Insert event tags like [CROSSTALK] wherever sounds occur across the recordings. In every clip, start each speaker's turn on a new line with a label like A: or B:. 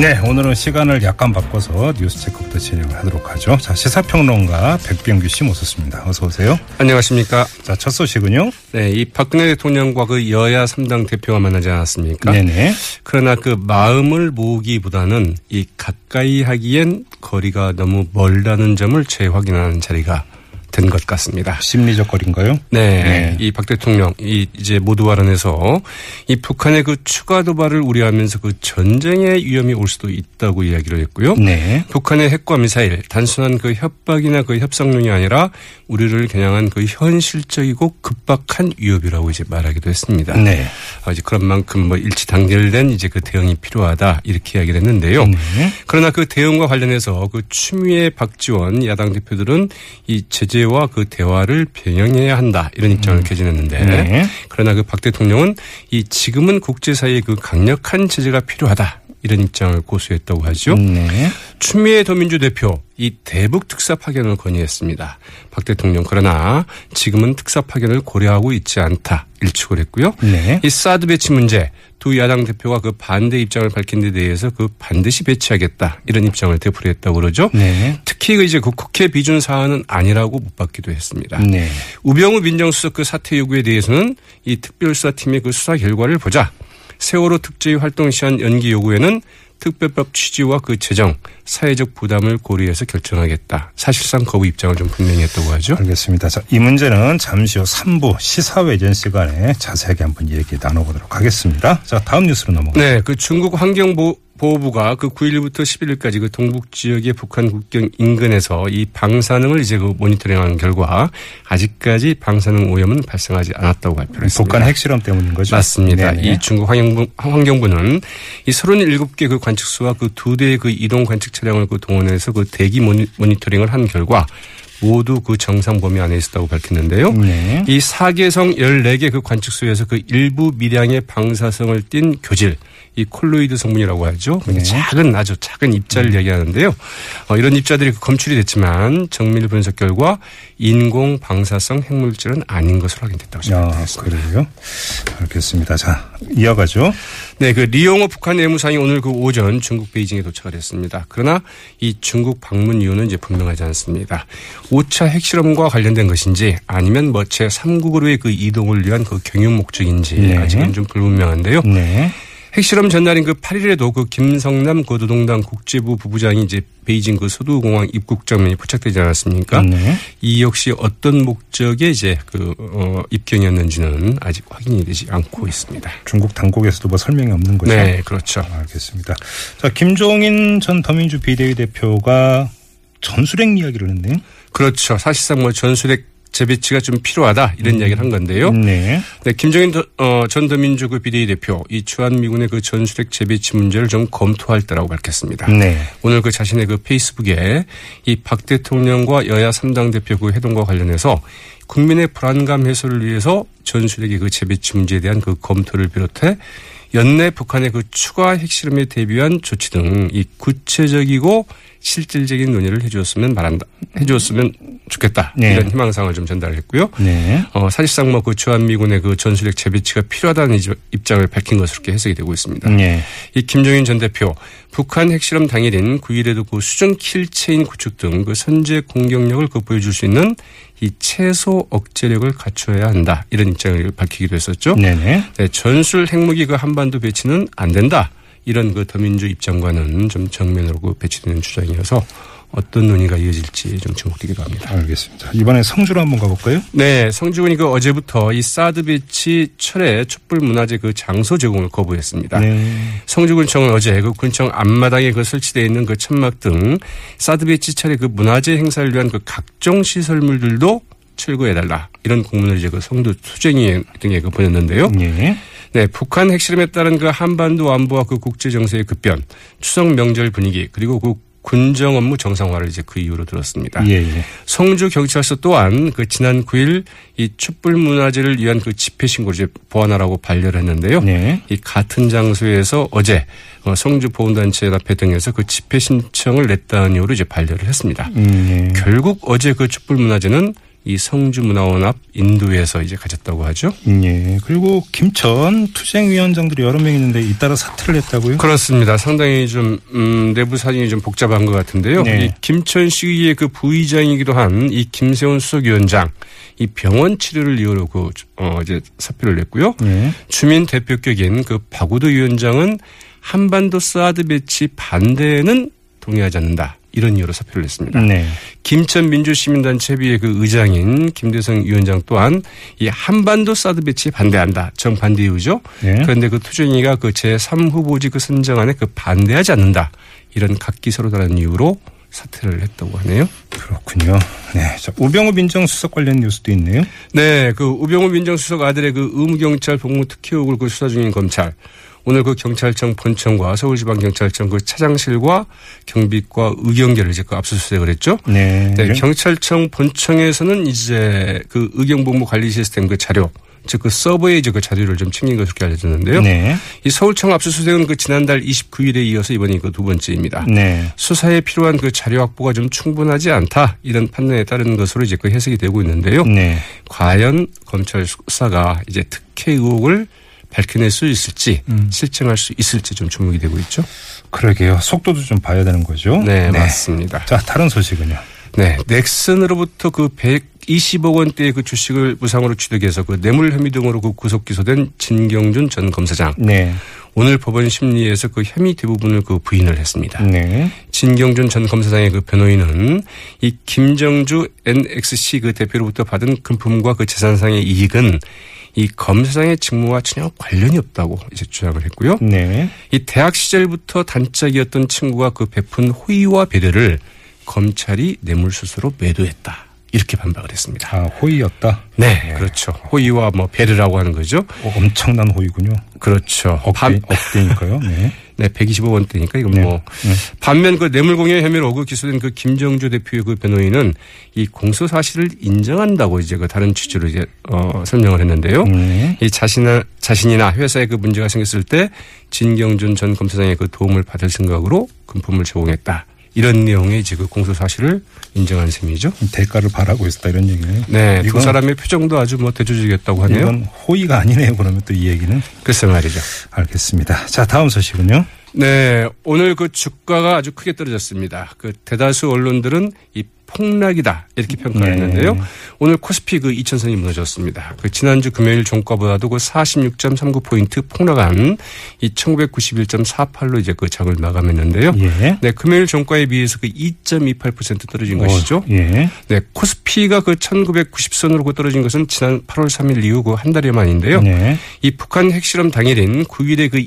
A: 네, 오늘은 시간을 약간 바꿔서 뉴스 체크부터 진행하도록 하죠. 자, 시사평론가 백병규 씨 모셨습니다. 어서 오세요.
B: 안녕하십니까.
A: 자, 첫 소식은요.
B: 네, 이 박근혜 대통령과 그 여야 3당 대표가 만나지 않았습니까?
A: 네네.
B: 그러나 그 마음을 모으기보다는 이 가까이 하기엔 거리가 너무 멀다는 점을 재확인하는 자리가 된 것 같습니다.
A: 심리적 거리인가요?
B: 네,
A: 네.
B: 이 박 대통령 이 이제 모두 발언에서 이 북한의 그 추가 도발을 우려하면서 그 전쟁의 위험이 올 수도 있다고 이야기를 했고요.
A: 네.
B: 북한의 핵과 미사일 단순한 그 협박이나 그 협상용이 아니라 우리를 겨냥한 그 현실적이고 급박한 위협이라고 이제 말하기도 했습니다.
A: 네.
B: 아, 이제 그런 만큼 뭐 일치 단결된 이제 그 대응이 필요하다 이렇게 이야기를 했는데요.
A: 네.
B: 그러나 그 대응과 관련해서 그 추미애 박지원 야당 대표들은 이 제재와 그 대화를 병행해야 한다 이런 입장을
A: 네.
B: 개진했는데 그러나 그 박 대통령은 이 지금은 국제사회의 그 강력한 제재가 필요하다 이런 입장을 고수했다고 하죠.
A: 네.
B: 추미애 더민주 대표 이 대북 특사 파견을 건의했습니다. 박 대통령 그러나 지금은 특사 파견을 고려하고 있지 않다 일축을 했고요.
A: 네.
B: 이 사드 배치 문제 두 야당 대표가 그 반대 입장을 밝힌 데 대해서 그 반드시 배치하겠다 이런 입장을 대풀이했다고 그러죠.
A: 네.
B: 특히 그 이제 그 국회 비준 사안은 아니라고 못 받기도 했습니다.
A: 네.
B: 우병우 민정수석 그 사퇴 요구에 대해서는 이 특별수사팀의 그 수사 결과를 보자. 세월호 특제의 활동 시한 연기 요구에는 특별법 취지와 그 재정, 사회적 부담을 고려해서 결정하겠다. 사실상 거부 입장을 좀 분명히 했다고 하죠.
A: 알겠습니다. 자, 이 문제는 잠시 후 3부 시사회전 시간에 자세하게 한번 얘기 나눠보도록 하겠습니다. 자, 다음 뉴스로 넘어가죠.
B: 네, 그 중국 환경보호부가 그 9일부터 11일까지 그 동북 지역의 북한 국경 인근에서 이 방사능을 이제 그 모니터링한 결과 아직까지 방사능 오염은 발생하지 않았다고 발표를 했습니다.
A: 북한 핵실험 때문인 거죠?
B: 네, 맞습니다.
A: 그렇죠? 네네.
B: 이 중국 환경부, 환경부는 이 37개 그 관측소와 그 두 대의 그 이동 관측 차량을 그 동원해서 그 대기 모니, 모니터링을 한 결과 모두 그 정상 범위 안에 있었다고 밝혔는데요.
A: 네.
B: 이 사계성 14개 그 관측소에서 그 일부 미량의 방사성을 띤 교질, 이 콜로이드 성분이라고 하죠.
A: 네. 음.
B: 작은 아주 작은 입자를 얘기하는데요. 어, 이런 입자들이 그 검출이 됐지만 정밀 분석 결과 인공 방사성 핵물질은 아닌 것으로 확인됐다고
A: 아,
B: 합니다.
A: 그래요? 알겠습니다. 자, 이어가죠.
B: 네, 그 리용호 북한 외무상이 오늘 그 오전 중국 베이징에 도착을 했습니다. 그러나 이 중국 방문 이유는 이제 분명하지 않습니다. 5차 핵실험과 관련된 것인지 아니면 뭐 제3국으로의 그 이동을 위한 그 경유 목적인지
A: 네.
B: 아직은 좀 불분명한데요.
A: 네.
B: 핵실험 전날인 그 8일에도 그 김성남 고도동당 국제부 부부장이 이제 베이징 그 소도공항 입국 장면이 포착되지 않았습니까?
A: 네.
B: 이 역시 어떤 목적의 이제 그 어, 입경이었는지는 아직 확인이 되지 않고 있습니다.
A: 중국 당국에서도 뭐 설명이 없는 거죠.
B: 네, 그렇죠.
A: 알겠습니다. 자, 김종인 전 더민주 비대위 대표가 전술핵 이야기를 했네요.
B: 그렇죠. 사실상 뭐 전술핵 재배치가 좀 필요하다 이런 이야기를 한 건데요.
A: 네.
B: 네, 김정인 더- 어, 전 더민주 그 비대위 대표 이 주한미군의 그 전술핵 재배치 문제를 좀 검토할 때라고 밝혔습니다.
A: 네.
B: 오늘 그 자신의 그 페이스북에 이 박 대통령과 여야 3당 대표 그 회동과 관련해서 국민의 불안감 해소를 위해서 전술핵의 그 재배치 문제에 대한 그 검토를 비롯해 연내 북한의 그 추가 핵실험에 대비한 조치 등 이 구체적이고 실질적인 논의를 해주었으면 바란다. 해주었으면 좋겠다.
A: 네.
B: 이런 희망사항을 좀 전달했고요.
A: 네.
B: 어, 사실상 뭐 그 주한미군의 그 전술핵 재배치가 필요하다는 이- 입장을 밝힌 것으로 이렇게 해석이 되고 있습니다.
A: 네.
B: 이 김종인 전 대표 북한 핵실험 당일인 9일에도 그 수준 킬체인 구축 등 그 선제 공격력을 그 보여줄 수 있는 이 최소 억제력을 갖춰야 한다 이런 입장을 밝히기도 했었죠.
A: 네네.
B: 네, 전술 핵무기 그 한반도 배치는 안 된다 이런 그 더민주 입장과는 좀 정면으로 그 배치되는 주장이어서 어떤 논의가 이어질지 좀 주목되기도 합니다.
A: 알겠습니다. 이번에 성주로 한번 가볼까요?
B: 네, 성주군이 그 어제부터 이 사드 배치 철회 촛불 문화재 그 장소 제공을 거부했습니다.
A: 네.
B: 성주군청은 어제 그 군청 앞마당에 그 설치되어 있는 그 천막 등 사드배치 차례 그 문화재 행사를 위한 그 각종 시설물들도 철거해달라 이런 공문을 이제 그 성도 투쟁위 등에 그 보냈는데요.
A: 네.
B: 네, 북한 핵실험에 따른 그 한반도 안보와 그 국제 정세의 급변, 추석 명절 분위기 그리고 그 군정 업무 정상화를 이제 그 이후로 들었습니다.
A: 예, 예.
B: 성주 경찰서 또한 그 지난 9일 이 촛불 문화제를 위한 그 집회 신고를 이제 보완하라고 반려를 했는데요.
A: 네.
B: 이 같은 장소에서 어제 어, 성주 보훈단체 협회 등에서 그 집회 신청을 냈다는 이유로 이제 반려를 했습니다.
A: 음,
B: 결국 어제 그 촛불 문화제는 이 성주 문화원 앞 인도에서 이제 가졌다고 하죠.
A: 예. 예. 그리고 김천 투쟁위원장들이 여러 명 있는데 잇따라 사퇴를 했다고요?
B: 그렇습니다. 상당히 좀 음, 내부 사정이 좀 복잡한 것 같은데요.
A: 네.
B: 이 김천 시의회 그 부의장이기도 한 이 김세훈 수석위원장 이 병원 치료를 이유로 그 어, 이제 사표를 냈고요.
A: 예.
B: 주민 대표격인 그 박우도 위원장은 한반도 사드 배치 반대에는 동의하지 않는다. 이런 이유로 사표를 냈습니다.
A: 네.
B: 김천 민주시민단체 협의회 그 의장인 김대성 위원장 또한 이 한반도 사드 배치에 반대한다. 정반대 이유죠.
A: 네.
B: 그런데 그 투쟁이가 그 제3후보지 그 선정안에 그 반대하지 않는다. 이런 각기 서로 다른 이유로 사퇴를 했다고 하네요.
A: 그렇군요. 네. 자, 우병우 민정수석 관련 뉴스도 있네요.
B: 네, 그 우병우 민정수석 아들의 그 의무경찰 복무 특혜 의혹을 그 수사 중인 검찰. 오늘 그 경찰청 본청과 서울지방경찰청 그 차장실과 경비과 의경계를 이제 그 압수수색을 했죠.
A: 네.
B: 네, 경찰청 본청에서는 이제 그 의경복무 관리 시스템 그 자료, 즉 그 서버에 이제 그 자료를 좀 챙긴 것으로 이렇게 알려졌는데요.
A: 네.
B: 이 서울청 압수수색은 그 지난달 29일에 이어서 이번이 그 두 번째입니다.
A: 네.
B: 수사에 필요한 그 자료 확보가 좀 충분하지 않다 이런 판단에 따른 것으로 이제 그 해석이 되고 있는데요.
A: 네.
B: 과연 검찰 수사가 이제 특혜 의혹을 밝혀낼 수 있을지 실증할 수 있을지 좀 주목이 되고 있죠.
A: 그러게요. 속도도 좀 봐야 되는 거죠.
B: 네, 맞습니다.
A: 자, 다른 소식은요.
B: 네, 넥슨으로부터 그 120억 원대의 그 주식을 무상으로 취득해서 그 뇌물 혐의 등으로 그 구속 기소된 진경준 전 검사장
A: 네.
B: 오늘 법원 심리에서 그 혐의 대부분을 그 부인을 했습니다.
A: 네.
B: 진경준 전 검사장의 그 변호인은 이 김정주 NXC 그 대표로부터 받은 금품과 그 재산상의 이익은 이 검사장의 직무와 전혀 관련이 없다고 이제 주장을 했고요.
A: 네.
B: 이 대학 시절부터 단짝이었던 친구가 그 베푼 호의와 배려를 검찰이 뇌물수수로 매도했다. 이렇게 반박을 했습니다.
A: 아, 호의였다.
B: 네, 그렇죠. 호의와 뭐 배려라고 하는 거죠.
A: 어, 엄청난 호의군요.
B: 그렇죠.
A: 억대, 억대니까요. 네.
B: 네, 125원대니까 이건 뭐 반면 그 뇌물공여 혐의로 그 기소된 그 김정주 대표의 그 변호인은 이 공소 사실을 인정한다고 이제 그 다른 취지로 이제 어 설명을 했는데요.
A: 네.
B: 이 자신을 자신이나 회사에 그 문제가 생겼을 때 진경준 전 검사장의 그 도움을 받을 생각으로 금품을 제공했다. 이런 내용의 이제 그 공소 사실을 인정한 셈이죠.
A: 대가를 바라고 있었다 이런 얘기네요.
B: 네, 두
A: 이건,
B: 사람의 표정도 아주 뭐 대조적이었다고 하네요.
A: 이건 호의가 아니네요. 그러면 또 이 얘기는
B: 글쎄 말이죠.
A: 알겠습니다. 자, 다음 소식은요.
B: 네, 오늘 그 주가가 아주 크게 떨어졌습니다. 그 대다수 언론들은 이 폭락이다 이렇게 평가를
A: 네.
B: 했는데요. 오늘 코스피 그 2000선이 무너졌습니다. 그 지난주 금요일 종가보다도 그 46.39포인트 폭락한 이 1991.48로 이제 그 장을 마감했는데요.
A: 예.
B: 네, 금요일 종가에 비해서 그 2.28% 떨어진 것이죠.
A: 어, 예.
B: 네, 코스피가 그 1990선으로 그 떨어진 것은 지난 8월 3일 이후 그 한 달여 만인데요.
A: 네.
B: 이 북한 핵실험 당일인 9일에 그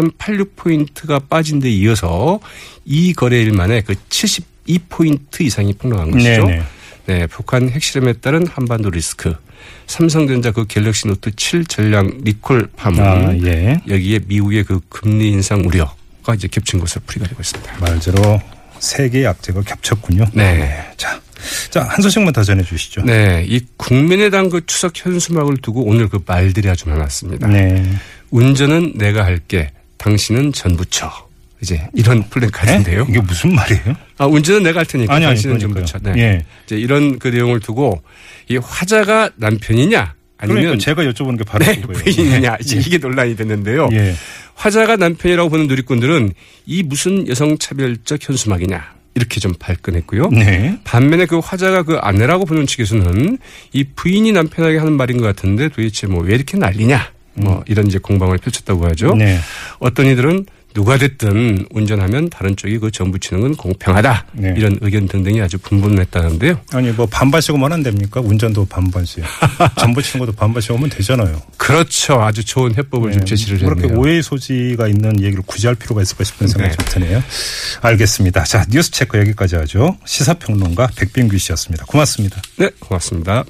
B: 25.86포인트가 빠진 데 이어서 이 거래일 만에 그 72포인트 이상이 폭락한 것이죠.
A: 네네.
B: 네, 북한 핵실험에 따른 한반도 리스크. 삼성전자 그 갤럭시 노트 7 전량 리콜 파문.
A: 아, 예.
B: 여기에 미국의 그 금리 인상 우려가 이제 겹친 것으로 풀이가 되고 있습니다.
A: 말대로 세 개의 악재가 겹쳤군요.
B: 네.
A: 자, 자, 한 소식만 더 전해 주시죠.
B: 네, 이 국민의당 그 추석 현수막을 두고 오늘 그 말들이 아주 많았습니다.
A: 네.
B: 운전은 내가 할게. 당신은 전부 쳐. 이제
A: 어,
B: 이런
A: 네?
B: 플랜카드인데요.
A: 에? 이게 무슨 말이에요?
B: 아, 운전은 내가 할 테니까 당신은 전부
A: 음. 그러니까요.
B: 쳐. 네.
A: 예.
B: 이제 이런 그 내용을 두고 이 화자가 남편이냐
A: 그러니까
B: 아니면
A: 제가 여쭤보는 게 바로
B: 네,
A: 그거예요.
B: 부인이냐 이제
A: 예.
B: 이게 논란이 됐는데요.
A: 예.
B: 화자가 남편이라고 보는 누리꾼들은 이 무슨 여성 차별적 현수막이냐 이렇게 좀 발끈했고요.
A: 네.
B: 반면에 그 화자가 그 아내라고 보는 측에서는 이 부인이 남편에게 하는 말인 것 같은데 도대체 뭐 왜 이렇게 난리냐 뭐 이런 이제 공방을 펼쳤다고 하죠.
A: 음. 네.
B: 어떤 이들은 누가 됐든 운전하면 다른 쪽이 그 전부 치는 건 공평하다
A: 네.
B: 이런 의견 등등이 아주 분분했다는데요.
A: 아니 뭐 반반씩 오면 안 됩니까? 운전도 반반씩.
B: [LAUGHS]
A: 전부 치는 것도 반반씩 오면 되잖아요. 뭐
B: 그렇죠. 아주 좋은 해법을 좀 제시를 했네요.
A: 그렇게 오해의 소지가 있는 얘기를 굳이 할 필요가 있을까 싶은 생각이 좀 드네요. 알겠습니다. 자, 뉴스 체크 여기까지 하죠. 시사평론가 백빈규 씨였습니다. 고맙습니다.
B: 네, 고맙습니다.